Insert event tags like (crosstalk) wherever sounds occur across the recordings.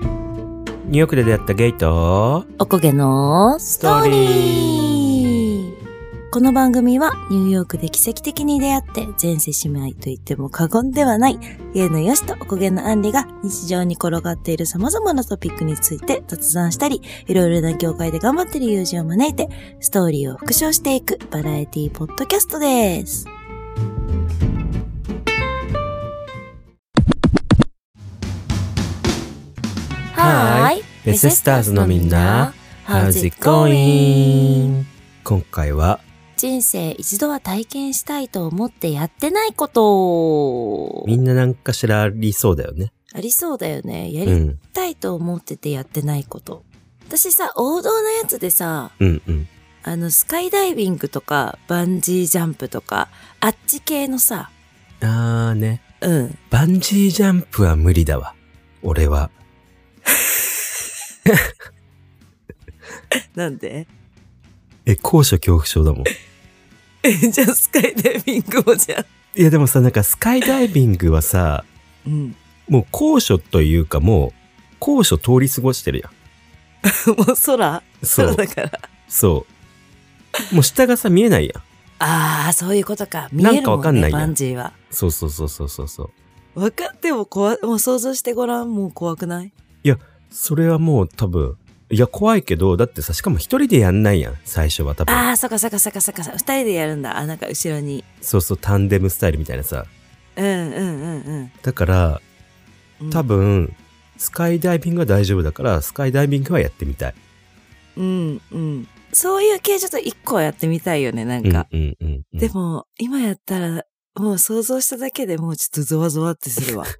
ニューヨークで出会ったゲイと、おこげのストーリストーこの番組はニューヨークで奇跡的に出会って前世姉妹と言っても過言ではない家のよしとおこげのあんりが日常に転がっている様々なトピックについて雑談したりいろいろな業界で頑張っている友人を招いてストーリーを復唱していくバラエティポッドキャストです。はーい。ベセスターズのみんな、How's it going? 今回は、人生一度は体験したいと思ってやってないことみんななんかしらありそうだよね。ありそうだよね。やうりん。たいと思っててやってないこと。私さ、王道なやつでさ、うんうん。あの、スカイダイビングとか、バンジージャンプとか、あっち系のさ、あーね。うん。バンジージャンプは無理だわ。俺は。なんで (laughs) え、高所恐怖症 (laughs) だもん。じゃあ、スカイダイビングもじゃいやでもさ、なんかスカイダイビングはさ、うん。もう高所というかもう、高所通り過ごしてるやん。もう空そう空だから。そう。もう下がさ、見えないやん。ああ、そういうことか。見えなんるかわもかんんね、ないやんバンジーは。そうそうそうそうそうそう。わかっても怖、もう想像してごらん、もう怖くないそれはもう多分、いや怖いけど、だってさ、しかも一人でやんないやん、最初は多分。ああ、そっかそっかそっかそっか。二人でやるんだ。あ、なんか後ろに。そうそう、タンデムスタイルみたいなさ。うんうんうんだから、うん。多。分、スカイダイビングは大丈夫だから、スカイダイビングはやってみたい。うんうん。そういう系ちょっと一個はやってみたいよね、なんうん、か。うん、うんうん。でも、今やったら、もう想像しただけでもうちょっとゾワゾワってするわ。 (laughs)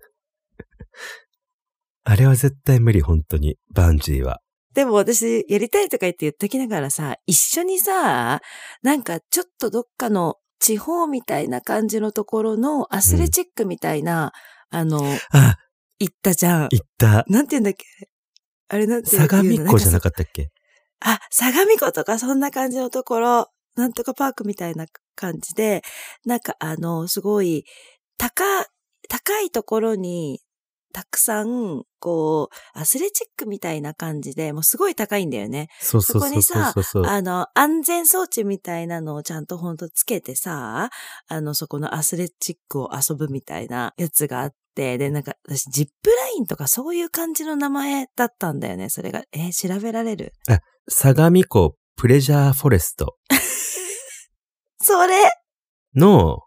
あれは絶対無理、本当に。バンジーは。でも私、やりたいとか言って言っときながらさ、一緒にさ、なんかちょっとどっかの地方みたいな感じのところのアスレチックみたいな、あの、あ、行ったじゃん。行った。なんて言うんだっけあれなんて言う相模湖じゃなかっったっけた。あ、相模湖とかそんな感じのところ、なんとかパークみたいな感じで、なんかあの、すごい、高、高いところに、たくさん、こう、アスレチックみたいな感じで、もうすごい高いんだよね。そうそうそこそうにそうさそうそう。あの、安全装置みたいなのをちゃんとほんとつけてさ、あの、そこのアスレチックを遊ぶみたいなやつがあって、で、なんか、私、ジップラインとかそういう感じの名前だったんだよね、それが。えー調べられる相模湖プレジャーフォレストそれの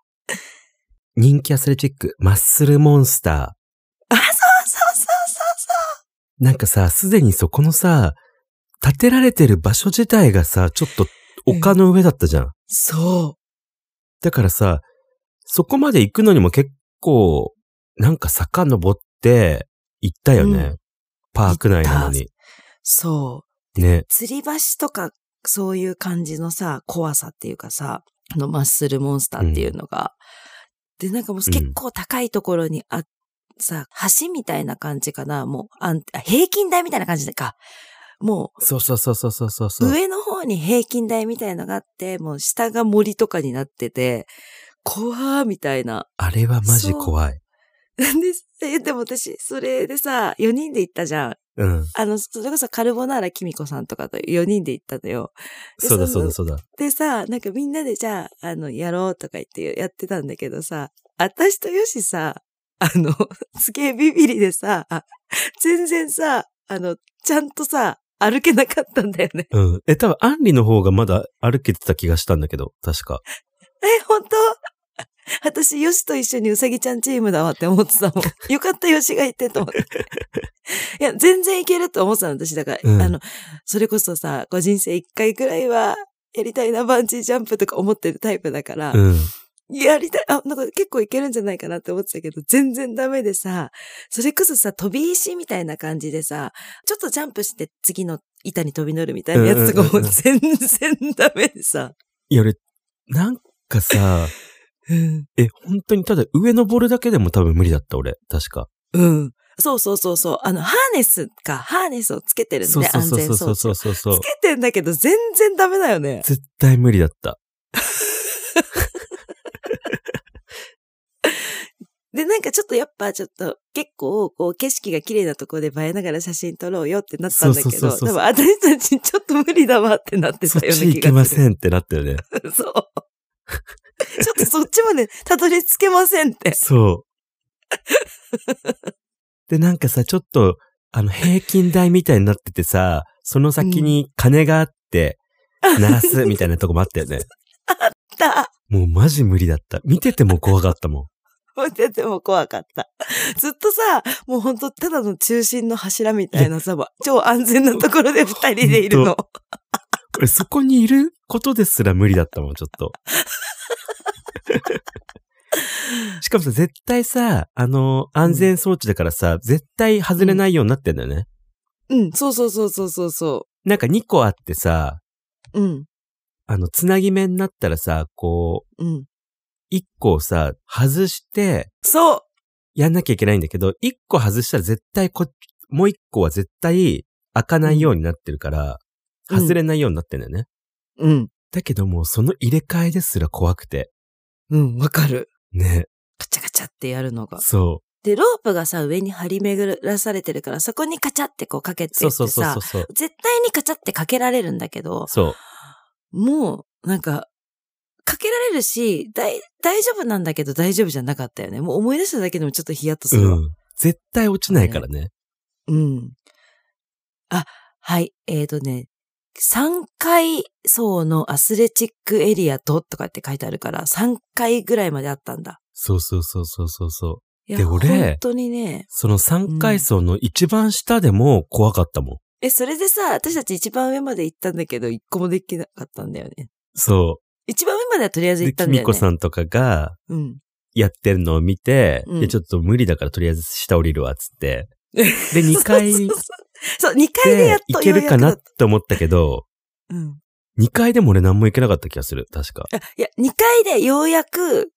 人気アスレチック、マッスルモンスター。あ、そうそうそうそうなんかさ、すでにそこのさ、建てられてる場所自体がさ、ちょっと丘の上だったじゃん。そう。そだからさ、そこまで行くのにも結構、なんか坂登って行ったよね。うんパーク内なのに。う。そう。ね。吊り橋とか、そういう感じのさ、怖さっていうかさ、あの、マッスルモンスターっていうのが。で、なんかもう結構高いところにあ、さ、橋みたいな感じかな。もう、あんあ平均台みたいな感じでか。も、そうそうそうそうそうそうそうう。上の方に平均台みたいのがあって、もう下が森とかになってて、怖ーみたいな。 (laughs) あれはマジ怖い。なんで、えでも私、それでさ、4人で行ったじゃん。うん。あの、それこそカルボナーラキミコさんとかと4人で行ったのよ。でそうだそそううだだそうだ。でさ、なんかみんなでじゃあ、あの、やろうとか言ってやってたんだけどさ、私とよしさ、 (laughs) あの、すげえビビりでさ、あ全然さ、あの、ちゃんとさ、歩けなかったんだよね。うん。え、多分、アンリの方がまだ歩けてた気がしたんだけど、確か。え、本当 (laughs) 私、よしと一緒にうさぎちゃんチームだわって思って (laughs) たもん。よかった、よしがいてと思って。 (laughs) いや、全然いけると思ってたの、私。だから、うんあの、それこそさ、ご人生一回ぐらいは、やりたいな、バンジージャンプとか思ってるタイプだから、うん。やりたい、あ、なんか結構いけるんじゃないかなって思ってたけど、全然ダメでさ、それこそさ、飛び石みたいな感じでさ、ちょっとジャンプして次の板に飛び乗るみたいなやつとうんうんかうんもうん全然ダメでさ、いや、俺、なんかさ、うん。え、本当にただ上登るだけでも多分無理だった、俺。確か。うん。そうそうそうそう。あの、ハーネスか、ハーネスをつけてるんそうで、そう安そう全装置そうを。そうそうそうつ。けてんだけど、全然ダメだよね。絶対無理だった。で、なんかちょっとやっぱちょっと結構こう景色が綺麗なところで映えながら写真撮ろうよってなったんだそうけそうど、そうそう多分私たちちょっと無理だわってなってそったようなち気がす行る。けませんってなったよね。そう。 (laughs) ちょっとそっちまでたどり着けませ (laughs) んって。 (laughs) そう。で、なんかさ、ちょっと、あの、平均台みたいになっててさ、その先に鐘があって、鳴らすみたいなとこもあ (laughs) ったよね。だもうマジ無理だった。見てても怖かったもん。見てても怖かった。ずっとさ、もうほんとただの中心の柱みた (laughs) いなさ、超安全なところで二人でいるの。これそこにいることですら無理だったもん、ちょっ (laughs) と。しかもさ、絶対さ、あの、安全装置だからさ、絶対外れないようになってんだよね。うん、そうそうそうそうそうそなんか2個あってさ、う。うん、あの、つなぎ目になったらさ、こう、うん。 1個をさ、外して、そうやんなきゃいけないんだけど、1個外したら絶対こ、もう1個は絶対開かないようになってるから、うん外れないようになってんだよね。うん、だけどもうその入れ替えですら怖くて。うん、わかる。ね。カチャカチャってやるのが。そう。で、ロープがさ、上に張り巡らされてるから、そこにカチャってこうかけてっそてさ、うそうそうそうそう。絶対にカチャってかけられるんだけど、そう。もう、なんか、かけられるし、だい、大丈夫なんだけど大丈夫じゃなかったよね。もう思い出しただけでもちょっとヒヤッとするわ。ん。絶対落ちないからね。うん。あ、はい。えー、とね、3階層のアスレチックエリアととかって書いてあるから、3階ぐらいまであったんだ。そうそうそうそうそうそう。いや、で俺本当にね。その3階層の一番下でも怖かったもん。え、それでさ、私たち一番上まで行ったんだけど、一個もできなかったんだよね。そ一番上まではとりあえう。ず行で、ったきんだみよね。こさんとかがうん。やってるのを見て、うんいやちょっと無理だからとりあえず下降りるわ、つって。 (laughs) で、2階そうそうそう、そう2階ででやっ行とけるかようなやっくて思ったけど、だうん。 2階でも俺何も行けなかった気がする、確か。いや、2回でようやく、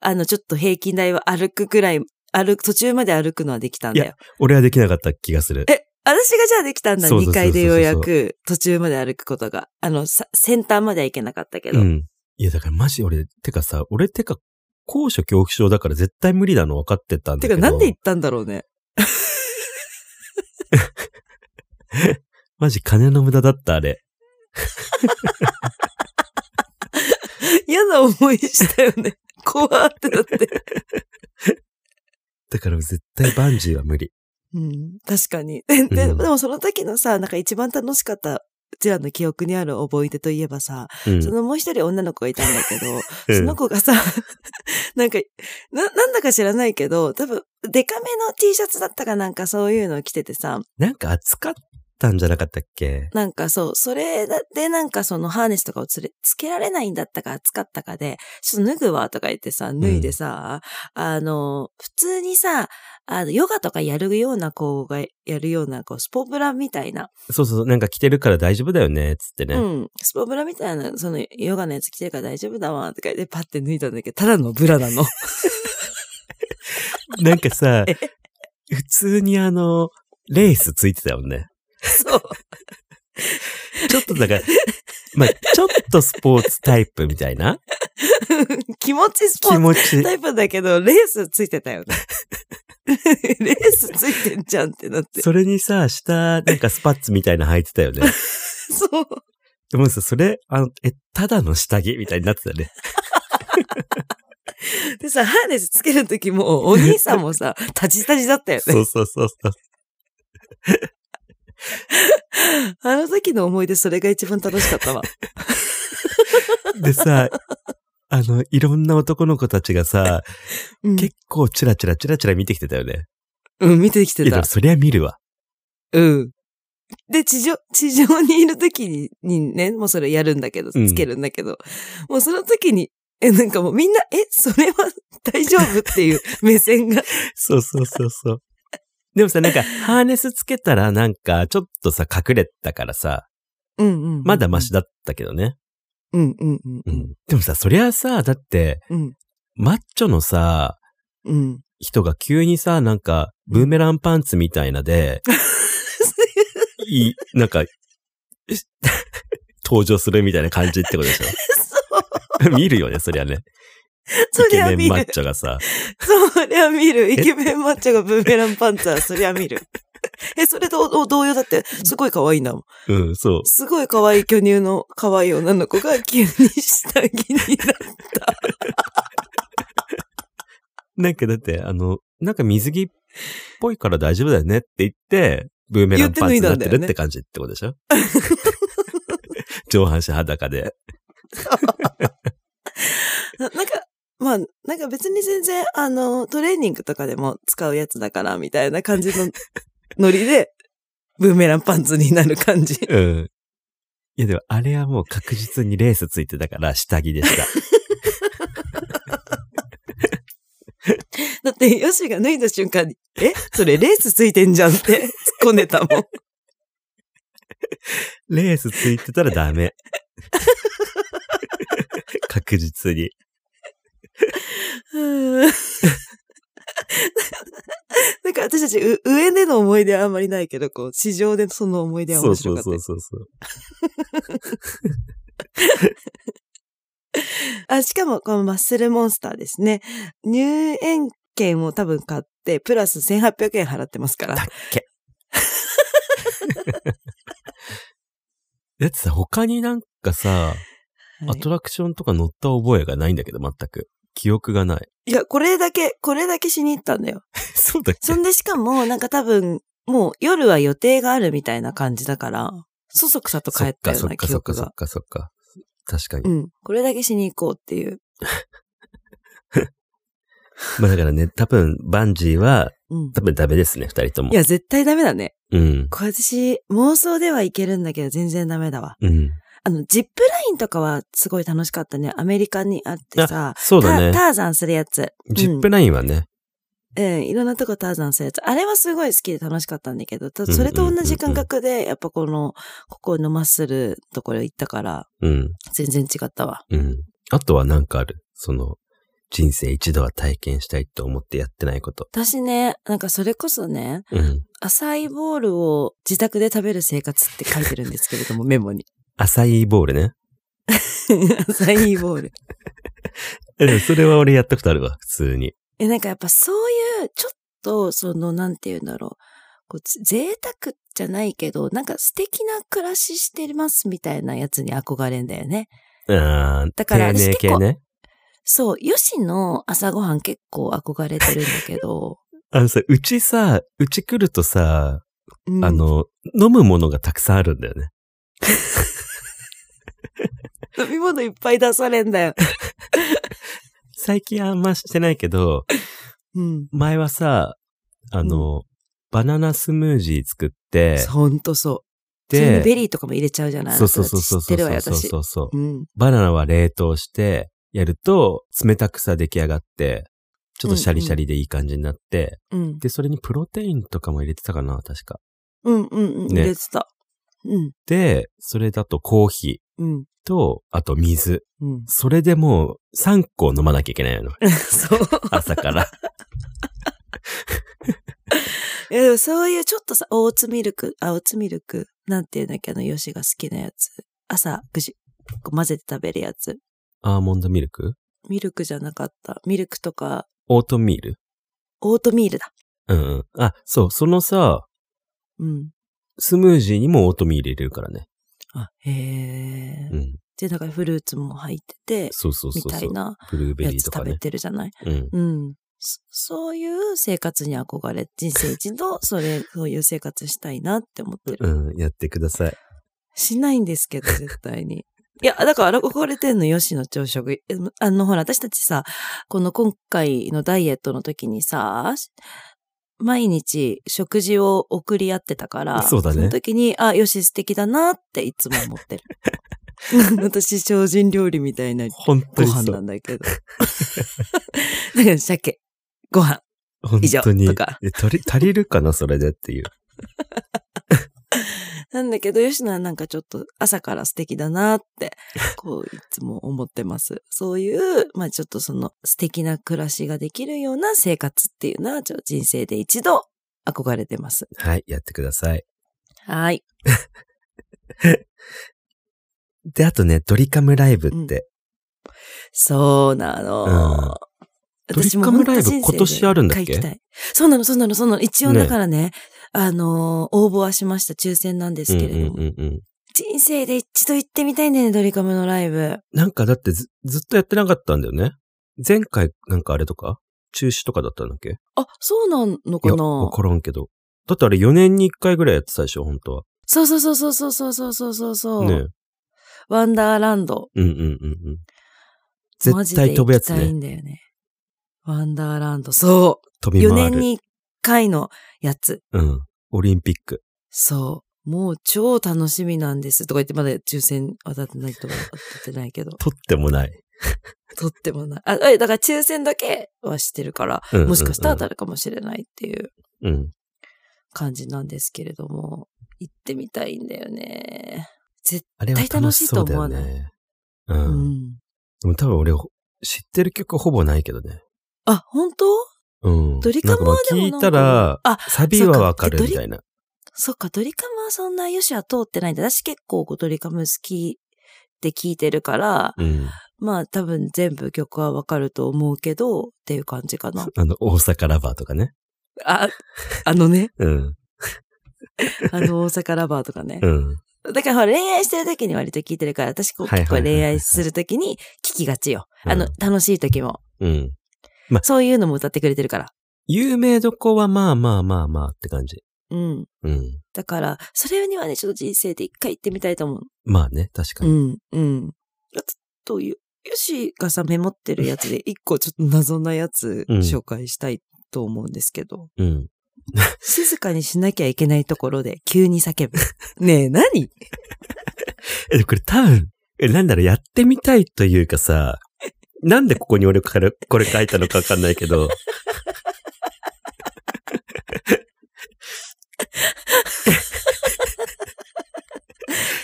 あの、ちょっと平均台は歩くくらい、歩く、途中まで歩くのはできたんだよ。俺はできなかった気がする。え、私がじゃあできたんだ、そうそうそ2うそう回でようやく、途中まで歩くことが。あの、さ先端までは行けなかったけど。うん。いや、だからマジ俺、てかさ、俺てか、高所恐怖症だから絶対無理なの分かってたんだてけど。か、なんで行ったんだろうね。マジ金の無駄だった、あれ。嫌な思いしたよね。 (laughs) 怖ってなって。だから絶対バンジーは (laughs) 無理。うん、確かに。で、でうんでもその時のさ、なんか一番楽しかった、うちらの記憶にある思い出といえばさ、うん。そのもう一人女の子がいたんだけど、うんその子がさ、 (laughs) なんか、な、なんだか知らないけど、多分、デカめの T シャツだったかなんかそういうのを着ててさ、なんか暑かったんじゃなかったっけなんかそう、それでなんかそのハーネスとかをつれ、つけられないんだったか暑かったかで、ちょっと脱ぐわとか言ってさ、脱いでさ、あの、普通にさ、あの、ヨガとかやるような子がやるような、こう、スポブラみたいな、そうそうそう、なんか着てるから大丈夫だよね、つってね。うん、スポブラみたいな、そのヨガのやつ着てるから大丈夫だわ、とか言ってパッて脱いだんだけど、ただのブラなの。 (laughs) なんかさ、普通にあの、レースついてたもんね。そう。ちょっと (laughs) だから、まあ、ちょっとスポーツタイプみたい (laughs) な気持ちスポ気ー持ちツ。タイプだけど、レースついてた (laughs) よね。レースついてんじゃんってなって。それにさ、下、なんかスパッツみたいなの履いてたよね。 (laughs) そう。でもさ、それ、あの、え、ただの下着みたいになってた (laughs) ね。でさ、ハーネスつけるときも、お兄さんも (laughs) さ、タジタジだったよそね。うそうそうそう。あの時の思い出、それが一番楽しかったわ。でさ、あの、いろんな男の子たちがさ、うん、結構チラチラチラチラ見てきてたよね。うん、見てきていや、でたも。そりゃ見る (laughs) わ。うん。で、地上、地上にいる時に、にね、もうそれやるんだけど、うんつけるんだけど、もうその時に、え、なんかもうみんな、え、それは大丈夫っていう目線が。そうそうそうそう。でもさ、なんか、ハーネスつけたら、なんか、ちょっとさ、隠れたからさ、うんうん。まだマシだったけどね。うんうんうんう。ん。でもさ、そりゃさ、だって、うん。マッチョのさ、うん。人が急にさ、なんか、ブーメランパンツみたいな (laughs) で、いい、なんか、え (laughs) 登場するみたいな感じってことでしそう。 (laughs) ょ。見るよね、そりゃね。そりゃイケメ見ンマッる。チョがさ、 (laughs) そりゃ見る。イケメンマッチョがブーメランパンツァー、そりゃ見 (laughs) る。え、それとお同様だって、すごい可愛いんだもん。うん、そう。すごい可愛い巨乳の可愛い女の子が急に下着になる。なんかだって、あの、なんか水着っぽいから大丈夫だよねって言って、ブーメランパンツになってるって感じってことでしょ (laughs) 上半身裸で。 (laughs) ななんか、まあ、なんか別に全然、あの、トレーニングとかでも使うやつだから、みたいな感じ (laughs) のノリで、ブーメランパンツになる感じ。うん。いやでも、あれはもう確実にレースついてたから下着で (laughs) した。だって、ヨシが脱いだ瞬間に、えそれレースついてんじゃんって突っ込んでたもん。レースついてたらダメ。 (laughs) 確実に。うーん (laughs) なんか私たちう、上での思い出はあんまりないけど、こう、市場でその思い出はそ面うそ白かうったそでうす。そうそう。あ、しかも、このマッスルモンスターですね。入園券を多分買って、プラス1800円払ってますからだ。っけ。だってさ、他になんかさ、アはいトラクションとか乗った覚えがないんだけど、全く。記憶がない。 (laughs) いや、これだけ、これだけしに行ったんだよ。そうだっけそんでしかも、なんか多分、もう夜は予定があるみたいな感じだから、そそくさと帰ったようそっなか記そっか憶そっが。かそっかそっか。確かに。うん。これだけしに行こうっていう。まあだからね、多分、バンジーは、うん。多分ダメですね、二人ともい。や、絶対ダメだね。うん。これ私、妄想ではいけるんだけど、全然ダメだわ。うん。あの、ジップラインとかはすごい楽しかったね。アメリカにあってさ、そうだタねタ。ーザンするやつ。ジップラインはね。うん、いろんなとこターザンするやつ。あれはすごい好きで楽しかったんだけど、たうんうんうんそれと同じ感覚で、やっぱこの、ここのマッスルところ行ったから、うん。全然違ったわ。うん。あとはなんかある。その、人生一度は体験したいと思ってやってないこと。私ね、なんかそれこそね、うん。浅いボールを自宅で食べる生活って書いてるんですけれども、メモに。 (laughs) 浅いボールね。浅いボール。え、でもそれは俺やったことあるわ、普通に。え、なんかやっぱそういう、ちょっと、その、なんて言うんだろう。こうつ贅沢じゃないけど、なんか素敵な暮らししてますみたいなやつに憧れんだよね。ああ、だから丁寧系ね。そう、ヨシの朝ごはん結構憧れてるんだけ (laughs) ど、あのさ、うちさ、うち来るとさ、うんあ、の、飲むものがたくさんあるんだよね。飲み物いっぱい出されんだよ。最近あんましてないけど、うん。前はさ、あの、バナナスムージー作って、ほんとそう。普通にベで、リーとかも入れちゃうじゃないそうそうそうそう知そってうるわよ、そう私。そうそう。うん。バナナは冷凍して、やると、冷たくさ出来上がって、ちょっとシャリシャリでいい感じになって、うん。で、それにプロテインとかも入れてたかな、確か。うんうんうん。入ねれてた。うん。で、それだとコーヒーうん。と、あと水。 (laughs) うん。それでもう3個飲まなきゃいけ (laughs) ないの。そう。朝から。いやでもそういうちょっとさ、オーツミルク、あ、オーツミルク、なんていうんだっけ、あの、ヨシが好きなやつ。朝、ぐし、こう混ぜて食べるやつ。アーモンドミルクミルクじゃなかった。ミルクとか、オートミールオートミールだ。うんうん。あ、そう、そのさ、うん。スムージーにもオートミール入れるからね。あ、へえ。うん。で、なんかフルーツも入ってて、そうそうみそうたそ。いうなブルーベやリーつとか食べね。てるじゃないうん。うん。そそういう生活に憧れ、人生一度、それ、そういう生活したいなって思ってる。うん、やってください。しないんですけど、絶対に。いや、だから憧れてんの、吉野朝食。えあの、ほら、私たちさ、この今回のダイエットの時にさ、毎日食事を送り合ってたから、そうだねの時に、あ、よし素敵だなっていつも思ってる。 (laughs) 私、精進料理みたいな本当ごに飯そなう。んだけど。 (laughs) だから、鮭、ご飯、本以上当に。とかえ足り、足りるかな、それでっていう。なんだけど、吉野はなんかちょっと朝から素敵だなって、 (laughs) こう、いつも思ってます。そういう、まあちょっとその素敵な暮らしができるような生活っていうのは、ちょっと人生で一度憧れてます。はい、やってください。はい。で、あとね、ドリカムライブって、そうなの。うんドリカムライブ今年あるんだっけ一回行きたいそうなの、そうなの、そうなの。一応ねだからね、あのー応募はしました。抽選なんですけれうんども。うんうんうん。人生で一度行ってみたいんだよね、ドリカムのライブ。なんかだってずずっとやってなかったんだよね。前回なんかあれとか中止とかだったんだっけあ、そうなのいかや、なわからんけど。だってあれ4年に1回ぐらいやってたでしょ、本当は。そうそうそうそうそうそうそうそうそう、ねワンダーランド。うんうんうんうん。絶対飛ぶやつマジで行きたね。いんだよね。ワンダーランド。そ飛う。び4回年る。に1回のやつ。うん。オリンピック。。そう。もう超楽しみなんです。とか言って、まだ抽選当たってないとか当たってないけど (laughs) 取ってもない。とってもない。あ、えだから抽選だけはしてるから、うんうんうんもしかしたら当たるかもしれないっていううん。感じなんですけれども、行ってみたいんだよね。絶あれは絶対楽楽ししいとそうだ思わよないね。う。対、うんん。でも多分俺、知ってる曲ほぼないけどね。あ、本当うん。ドリカムなんはかまであも聞なんいかたら、あ、サビはわかるみたいな。そっか、ドリカムはそんなよしは通ってないんだ。私結構ドリカム好きって聞いてるから、うん。まあ多分全部曲はわかると思うけど、っていう感じか (laughs) な。あの、大阪ラバーとかね。あ、 (laughs) あの (laughs) ね、うん。あの大阪ラバーとかねう。ん。だからほら恋愛してる時に割と聞いてるから、私こうはいはい結はいは構い恋愛する時に聞きがちよ。あのうん、楽しい時も。うん。そういうのも歌ってくれてるから。有名どこはまあまあまあまあって感じ。うん。うん。だから、それにはね、ちょっと人生で一回行ってみたいと思う。まあね、確かうに。ん、うん。あとという、ヨシがさ、メモってるやつで、 (laughs) 一個ちょっと謎なやつうん紹介したいと思うんですけど、うん。静かにしなきゃいけないところで急に (laughs) 叫ぶ。ねえ、何え、これ多分、え、なんだろう、やってみたいというか (laughs) さ、なんでここに俺から、これ書いたのかわかんないけ (laughs) ど。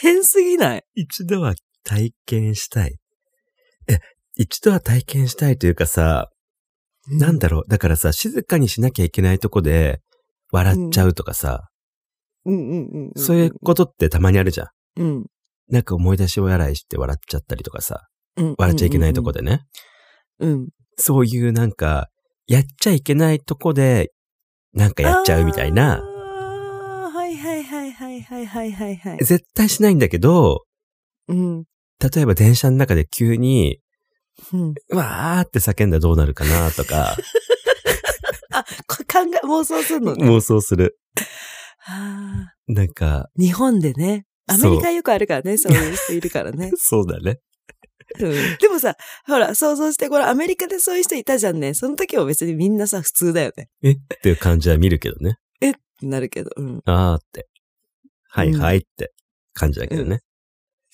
変すぎない。一度は体験したい。え、一度は体験したいというかさ、なんだろう、だからさ、静かにしなきゃいけないとこで、笑っちゃうとかさ、うんうんうんん。そういうことってたまにあるじゃん。うん。なんか思い出しを笑いして笑っちゃったりとかさ、うん。笑っちゃいけないとこでね。うん。うん。そういうなんか、やっちゃいけないとこで、なんかやっちゃうみたいな、あー。はいはいはいはいはいはいはいはい。絶対しないんだけど、うん。例えば電車の中で急に、うん。わーって叫んだらどうなるかなと (laughs) か、あ、こ考え、妄想するのね。妄想する。あなんか、ー日本でね。アメリカよくあるからね、そういう人いるからね。そうだね。うん (laughs) でもさ、ほら、想像して、これアメリカでそういう人いたじゃんね。その時は別にみんなさ、普通だよね。えっていう感じは見るけどね。なるけど。うん。あーって。はいはいって感じだけどね。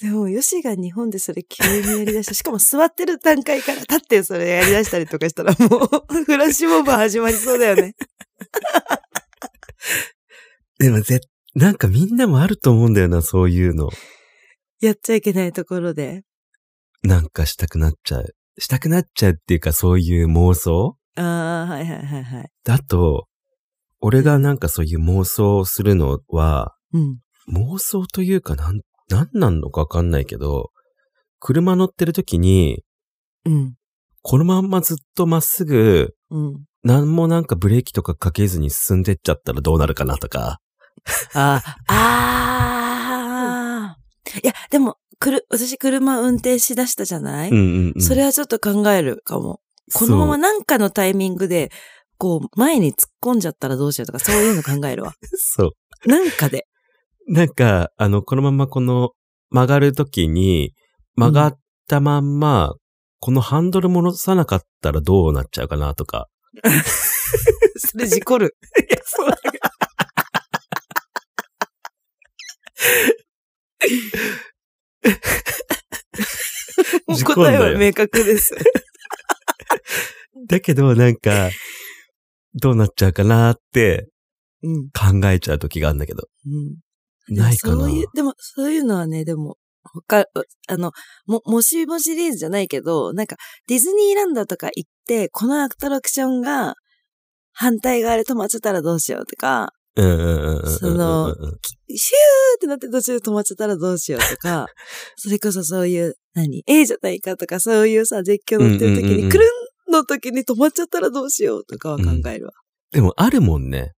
でも、ヨシが日本でそれ急にやりだした。しかも座ってる段階から立ってそれやりだしたりとかしたらもう、 (laughs) フラッシュモブ始まりそうだよね。でもぜ、なんかみんなもあると思うんだよな、そういうの。 (laughs) やっちゃいけないところで。なんかしたくなっちゃう。したくなっちゃうっていうか、そういう妄想ああ、はいはいはいはい。だと、俺がなんかそういう妄想をするのは、うん。妄想というかなん、なんなんのかわかんないけど、車乗ってる時に、うん。このまんまずっとまっすぐ、うん。何もなんかブレーキとかかけずに進んでっちゃったらどうなるかなとか。ああ、ああ。いや、でも、くる、私車運転しだしたじゃない、うんうん、うん。それはちょっと考えるかも。このままなんかのタイミングで、こう、前に突っ込んじゃったらどうしようとか、そういうの考 (laughs) えるわ。そう。そう。なんかで。なんか、あの、このままこの曲がる時に、曲がったまんま、このハンドル戻さなかったらどうなっちゃうかなとか。 (laughs) それ事故る。いや、そうだけど。 (laughs) 事故答るんだよえは明確です。 (laughs) だけど、なんか、どうなっちゃうかなってうん。考えちゃう時があるんだけど。うん。ないかなそういう、でも、そういうのはね、でも、他、あの、も、もしもシリーズじゃないけど、なんか、ディズニーランドとか行って、このアトラクションが、反対側で止まっちゃったらどうしようとか、うんうんうんうんうんうん。そのうんうんうんシューってなって途中で止まっちゃったらどうしよう (laughs) とか、それこそそういう、何 ?A じゃないかとか、そういうさ、絶叫乗ってる時うんうんうんうに、んくるんの時に止まっちゃったらどうしようとかは考えるわ。でもあるもんね。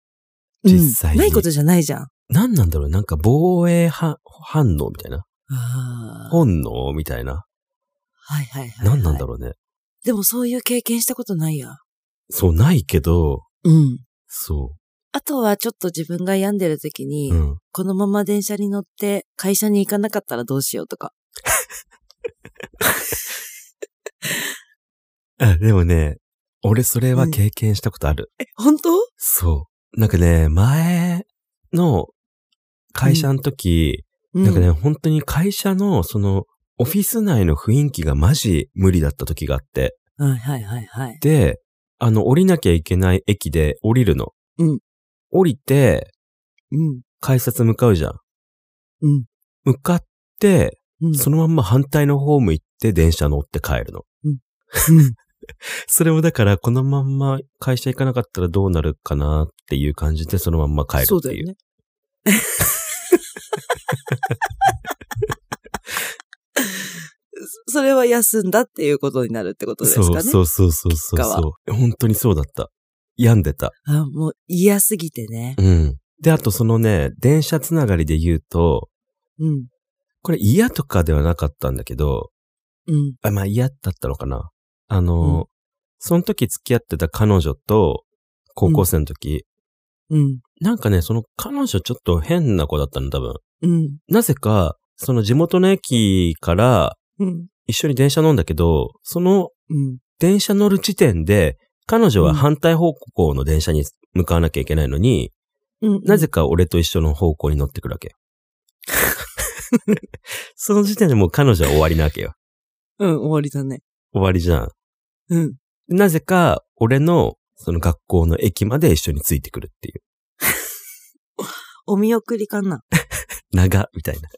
実際に。ないことじゃないじゃん。何なんだろうなんか防衛は反応みたいな。あー本能みたいな。はいはいはい。何なんだう。ろうね。でもそういう経験したことないや。そう、ないけど、うん。そあとはちょっと自分が病んでる時う。に、うん。このまま電車に乗って会社に行かなかったらどうしようとか。あ、でもね、俺それは経験したことある。え、本当そう。なんかね、前の会社の時、うんなんかね、本当に会社のその、オフィス内の雰囲気がマジ無理だった時があって。はいはいはいはい。で、あの、降りなきゃいけない駅で降りるの。うん降りて、うん。改札向かうじゃん。うん。向かって、うん。そのまんま反対のホーム行って電車乗って帰るの。 (laughs) うんそれもだから、このまんま会社行かなかったらどうなるかなっていう感じで、そのまんま帰るそうってだいう。 (laughs) よね。そ (laughs) それは休んだっていうことになるってことですかね。そうそうそうそうそう。本当にそうだった。病んでた。あもう嫌すぎてね。うん。で、あとそのね、電車つながりで言うと、うん。これ嫌とかではなかったんだけど、うん。あ、まあ嫌だったのかな。あの、その時付き合ってた彼女と、高校生の時、うん。なんかね、その彼女ちょっと変な子だったの、多分。うん。なぜか、その地元の駅からうん。一緒に電車乗んだけど、そのうん。電車乗る時点で、彼女うはん反対方向の電車に向かわなきゃいけないのに、うん。なぜか俺と一緒の方向に乗ってくるわけよ。 (laughs) その時点でもう彼女は終わりなわけよ。うん、終わりだね。終わりじゃん。うん。なぜか、俺の、その学校の駅まで一緒についてくるっていう。お見送りかな。長、みたいな。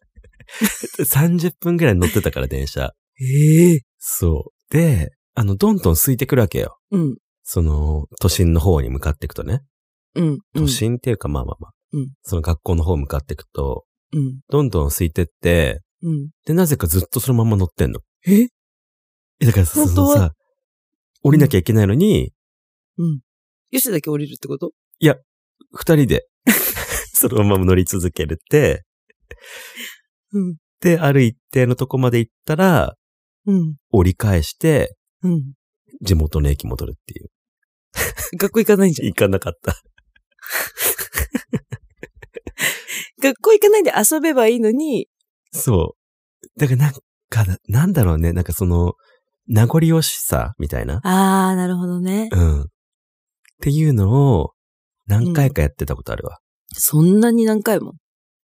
30分 (laughs) ぐらい乗ってたから、電車。ええそう。で、あの、どんどん空いてくるわけよ。うん。その、都心の方に向かっていくとね。うん。都心っていうか、まあまあまあ。うんその学校の方向かっていくと、うん。どんどん空いてって、うん。で、なぜかずっとそのまま乗ってんの。ええだからそ本当のはさ、降りなきゃいけないのに、うん。よしだけ降りるってこと二人で、 (laughs) そのまま乗り続けるって、うん。で、ある一定のとこまで行ったら、うん。折り返して、うん。地元の駅戻るっていう。 (laughs) 学校行かないんじゃん。 (laughs) 行かなかった。学校行かないで遊べばいいのに、そう。だからなんかな、なんだろうね、なんかその、名残惜しさみたいな。あー、なるほどね。うん。っていうのを、何回かやってたことあるわ。そんなに何回も。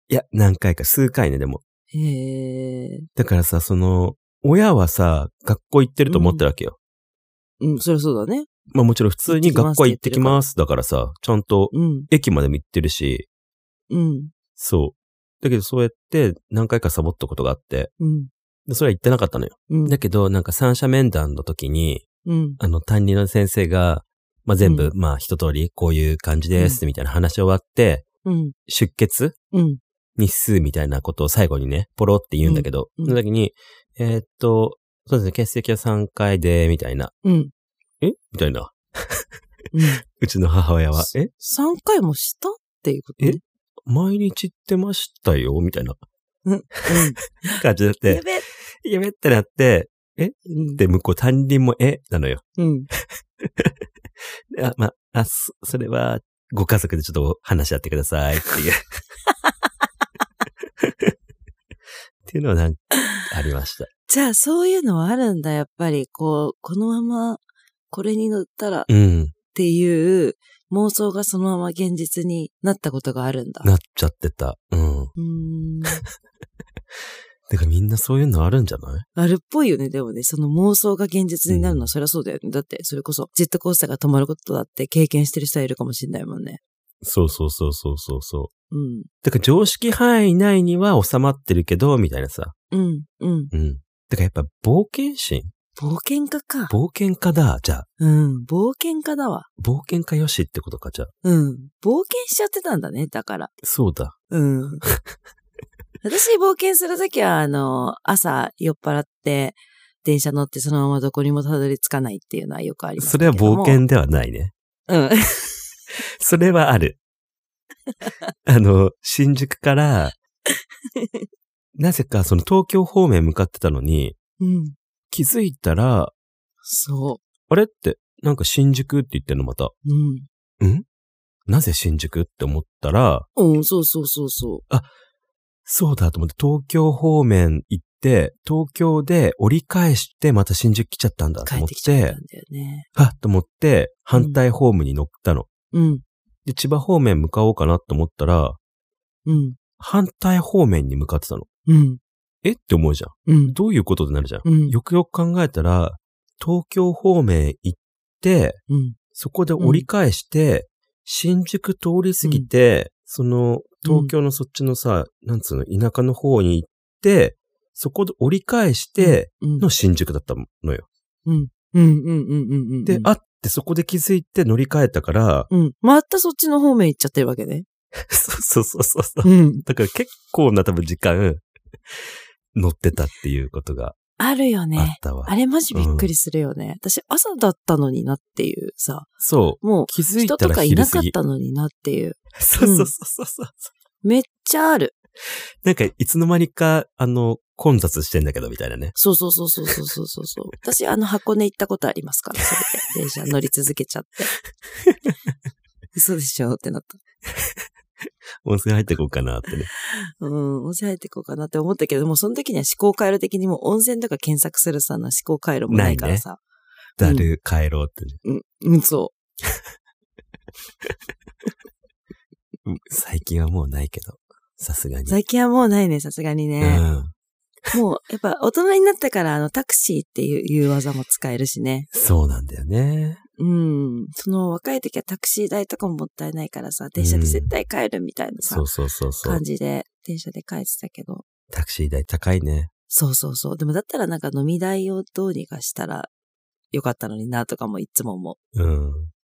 いや、何回か、数回ね、でも。へえ。だからさ、その、親はさ、学校行ってると思ってるわけよ。うん、そりゃそうだね。まあもちろん普通に学校行ってきます。だからさ、ちゃんとうん、駅までも行ってるし、うん、そう。だけどそうやって何回かサボったことがあって、うん、でそれは行ってなかったのよ。うん、だけど、なんか三者面談の時に、うん、あの、担任の先生が、まあ、全部、うまあ、一通り、こういう感じです、みたいな話終わって、うん、出血うん、日数みたいなことを最後にね、ポロって言うんだけど、うんうんその時に、えーっと、そうですね、欠席は3回で、みたいな。うん。えみたいな。うちの母親は、え3回もしたっていうことね。 (laughs) 毎日行ってましたよ、みたいな感じだっうん。やて、べやべってなって、うん。で、向こう担任も、えなのよ。うん。あ、まあ、あ、そそれは、ご家族でちょっと話し合ってくださいっていう。っていうのはなんかありました。じゃあ、そういうのはあるんだ、やっぱり。こう、このまま、これに乗ったらっうん。ていう妄想がそのまま現実になったことがあるんだ。なっちゃってた。うん。うーん。てかみんなそういうのあるんじゃないあるっぽいよね、でもね。その妄想が現実になるうのんはそりゃそうだよね。だって、それこそ、ジェットコースターが止まることだって経験してる人はいるかもしれないもんね。そうそうそうそうそうそう。うん。てか常識範囲内には収まってるけど、みたいなさ。うん。うん。うん。てかやっぱ冒険心冒険家か。冒険家だ、じゃあ。うん、冒険家だわ。冒険家よしってことか、じゃあ。うん。冒険しちゃってたんだね、だから。そうだ。 (laughs) うん。私、冒険するときは、あの、朝、酔っ払って、電車乗ってそのままどこにもたどり着かないっていうのはよくありますそけれどは冒も。険ではないね。 (laughs) うん。それはあ (laughs) る。あの、新宿 (laughs) から、なぜかその東京方面向かってたのに、うん。気づいたら、そあれって、なんか新宿って言ってんのまた。う。うん。なぜ新宿って思ったら、うん、そうそうそうそそうだと思って東京方面行って、東京で折り返してまた新宿来ちゃったんだう。と帰っ思ってきちゃったてん、だよね。はっと思って反対ホームに乗ったの。うん。で、千葉方面向かおうかなと思ったら、うん。反対方面に向かってたの。うん。えって思うじゃん。うん。どういうことってなるじゃん。うん。よくよく考えたら、東京方面行って、うん。そこで折り返して、新宿通り過ぎて、その、東京のそっちのさ、なんつうの、田舎の方に行って、そこで折り返してうん。の新宿だったのよ。うん。うん。うん。うん。うん。で、あってそこで気づいて乗り換えたから、うん。またそっちの方面行っちゃってるわけね。そうそうそうそう。うん。だから結構な多分時間、乗ってたっていうことがあるよあっね。たわ。あれマジびっくりするよね。私朝だったのになっていうさ、そう。もう気づい人たとらかい昼なか過っぎ。たのになっていう。そうそうそうそう。うめっちゃある。なんか、いつの間にか、あの、混雑してんだけど、みたいなね。そうそうそうそうそうそうそうそう。私あの箱根行ったことありますから、それで。電車乗り続けちゃって。 (laughs) 嘘でしょってなった。温泉入ってこうかなってね。うん、温泉入っていこうかなって思ったけども、その時には思考回路的にもう温泉とか検索するさの思考回路もないからさ。だる、帰ろうってね、うん、うん、そうん最近はもうないけど、さすがう。に。最近はもうないね、さすがにね。うん。もう、やっぱ大人になってからあのタクシーっていういう技も使えるしね。そうなんだよね。うん。その若い時はタクシー代とかももったいないからさ、電車で絶対帰るみたいなさ、そうそうそうそう感。じで電車で帰ってたけど。タクシー代高いね。そうそうそう。でもだったらなんか飲み代をどうにかしたらよかったのになとかもいつも思う。うん。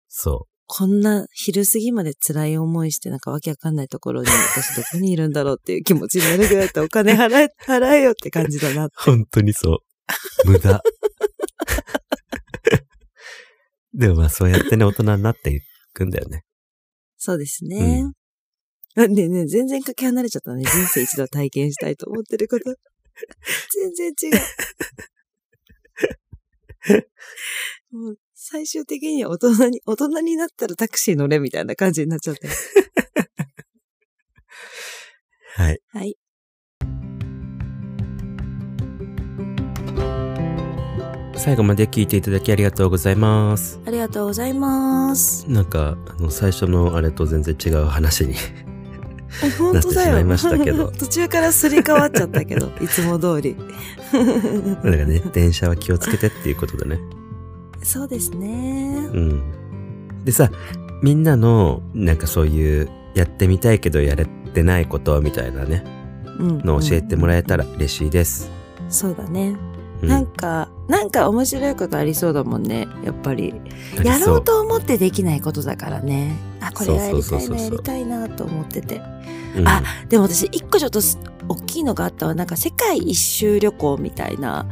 そこんな昼過ぎまで辛い思いしてなんかわけわかんないところに私どこにいるんだろうっていう気持ちになるぐらいだったらお金払え、 (laughs) 払えよって感じだな。う。本当にそう。無駄。 (laughs) でもまあそうやってね、大人になっていくんだよね。そうですね。あねえねえ全然かけ離れちゃったね。人生一度体験したいと思ってること。全然違 (laughs) う。もう最終的には大人に、大人になったらタクシー乗れみたいな感じになっちゃった。はい。はい。最後まで聞いていただきありがとうございます。ありがとうございます。なんか、あの、最初のあれと全然違う話に。本当だよ。なってしまいましたけど (laughs) 途中からすり替わっちゃった (laughs) けど、いつも通り。だからね、電車は気をつけてっていうことだね。そうですね。うん。でさ、みんなの、なんかそういう、やってみたいけどやれてないことみたいなね、うんのを教えてもらえたら嬉しいです。そうだね。うんなんか、なんか面白いことありそうだもんね。やっぱり。ありやそろうと思ってできないことだからね。あ、これがやりそうたいそうそうな、そうやりたいなと思ってて。うんあでも私、一個ちょっとす大きいのがあったわ。なんか世界一周旅行みたいな、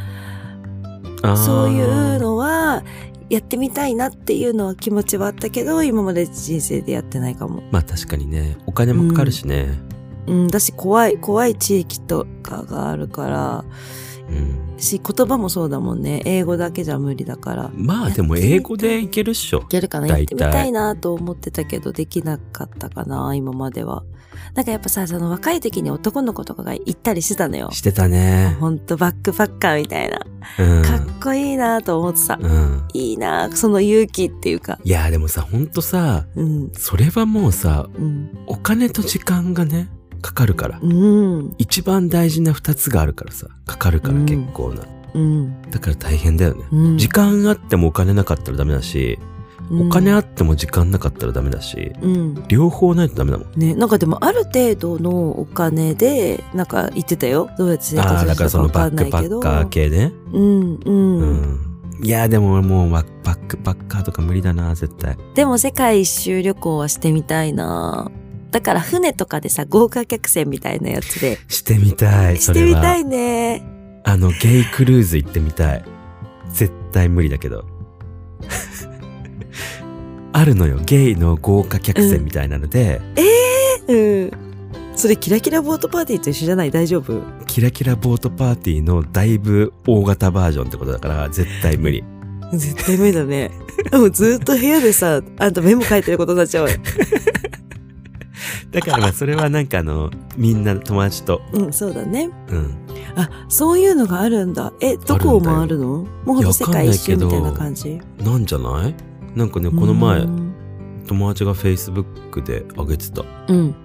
あーそういうのは、やってみたいなっていうのは気持ちはあったけど、今まで人生でやってないかも。まあ確かにね、お金もかかるしね。うん、だし怖い、怖い地域とかがあるから、うん。し、言葉もそうだもんね。英語だけじゃ無理だから。いまあでも英語でいけるっしょ。けるかなやっ大て体みたいなと思ってたけど、できなかったかな、今までは。なんかやっぱさ、その若い時に男の子とかが行ったりしてたのよ。してたね。ほんとバックパッカーみたいな。うん。かっこいいなと思ってた。うん。いいなその勇気っていうか。いやでもさ、ほんとさ、うん、それはもうさ、うん、お金と時間がね、かかるから。うん、一番大事な二つがあるからさ、かかるからうん結構な。うん、だから大変だよね。うん。時間あってもお金なかったらダメだし、うんお金あっても時間なかったらダメだし、うん。両方ないとダメだもん。ね、なんかでもある程度のお金で、なんか言ってたよ。どうやって生ああ活ー、だしてからたそかのわかバッんなクいパけッど。カー系ね。うん、うん、うん。いや、でも俺もうババックパッカーとか無理だな、絶対。でも世界一周旅行はしてみたいなだから船とかでさ、豪華客船みたいなやつで。してみたい、しそてれみは。たいね。あの、ゲイクルーズ行ってみたい。絶対無理だけ (laughs) ど。あるのよ、ゲイの豪華客船みたいなので、うん。それキラキラボートパーティーと一緒じゃない大丈夫キラキラボートパーティーのだいぶ大型バージョンってことだから、絶対無 (laughs) 理。絶対無理だね。 (laughs) もうずっと部屋でさ、あんたメモ書いてることになっちゃうわよ。だからまあそれはなんかあの、みんな友達と、うん、そうだね。うん。あ、そういうのがあるんだ。え、どこを回るのもうほんと世界一周みたいな感じ。なんじゃないなんかね、このう前、ん。友達が Facebook で上げてた。うん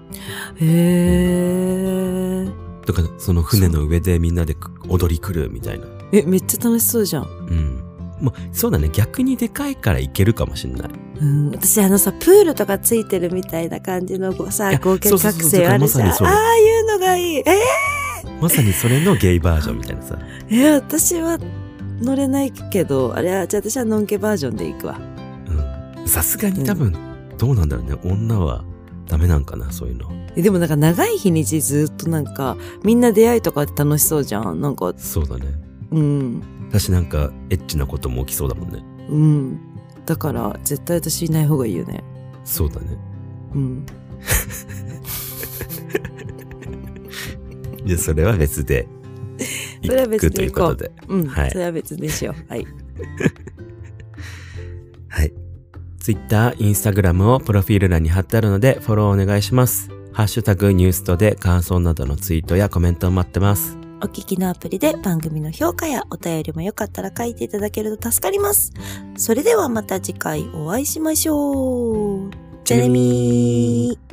へえ。だから、その船の上でみんなでく踊り狂うみたいな。え、めっちゃ楽しそうじゃん。うん。まあ、そうだね。逆にでかいからいけるかもしんない。うん、私あのさ、プールとかついてるみたいな感じのごいさ、や合計そうそう覚そう醒あるじゃん。まさにあそうあいうのがいい。えまさにそれのゲイバージョンみたいなさ。ー、え私は乗れないけど、あれは、じゃあ私はのんけバージョンで行くわ。うん。さすがに多分、どうなんだろうね。女はダメなんかな、そういうの。えでもなんか長い日にちずっとなんか、みんな出会いとかって楽しそうじゃん。なんか、そうだね。うん、私なんか、エッチなことも起きそうだもんね。うん。だから、絶対私いない方がいいよね。そうだね。うん。じゃあそれは別 (laughs) で、それは別行くといでう行ここうとで。うん。はいそれは別にしよう。はい。はい。Twitter、Instagram をプロフィール欄に貼ってあるのでフォローお願いします。ハッシュタグニュースとで感想などのツイートやコメントを待ってます。お聞きのアプリで番組の評価やお便りもよかったら書いていただけると助かります。それではまた次回お会いしましょう。じゃあねみー。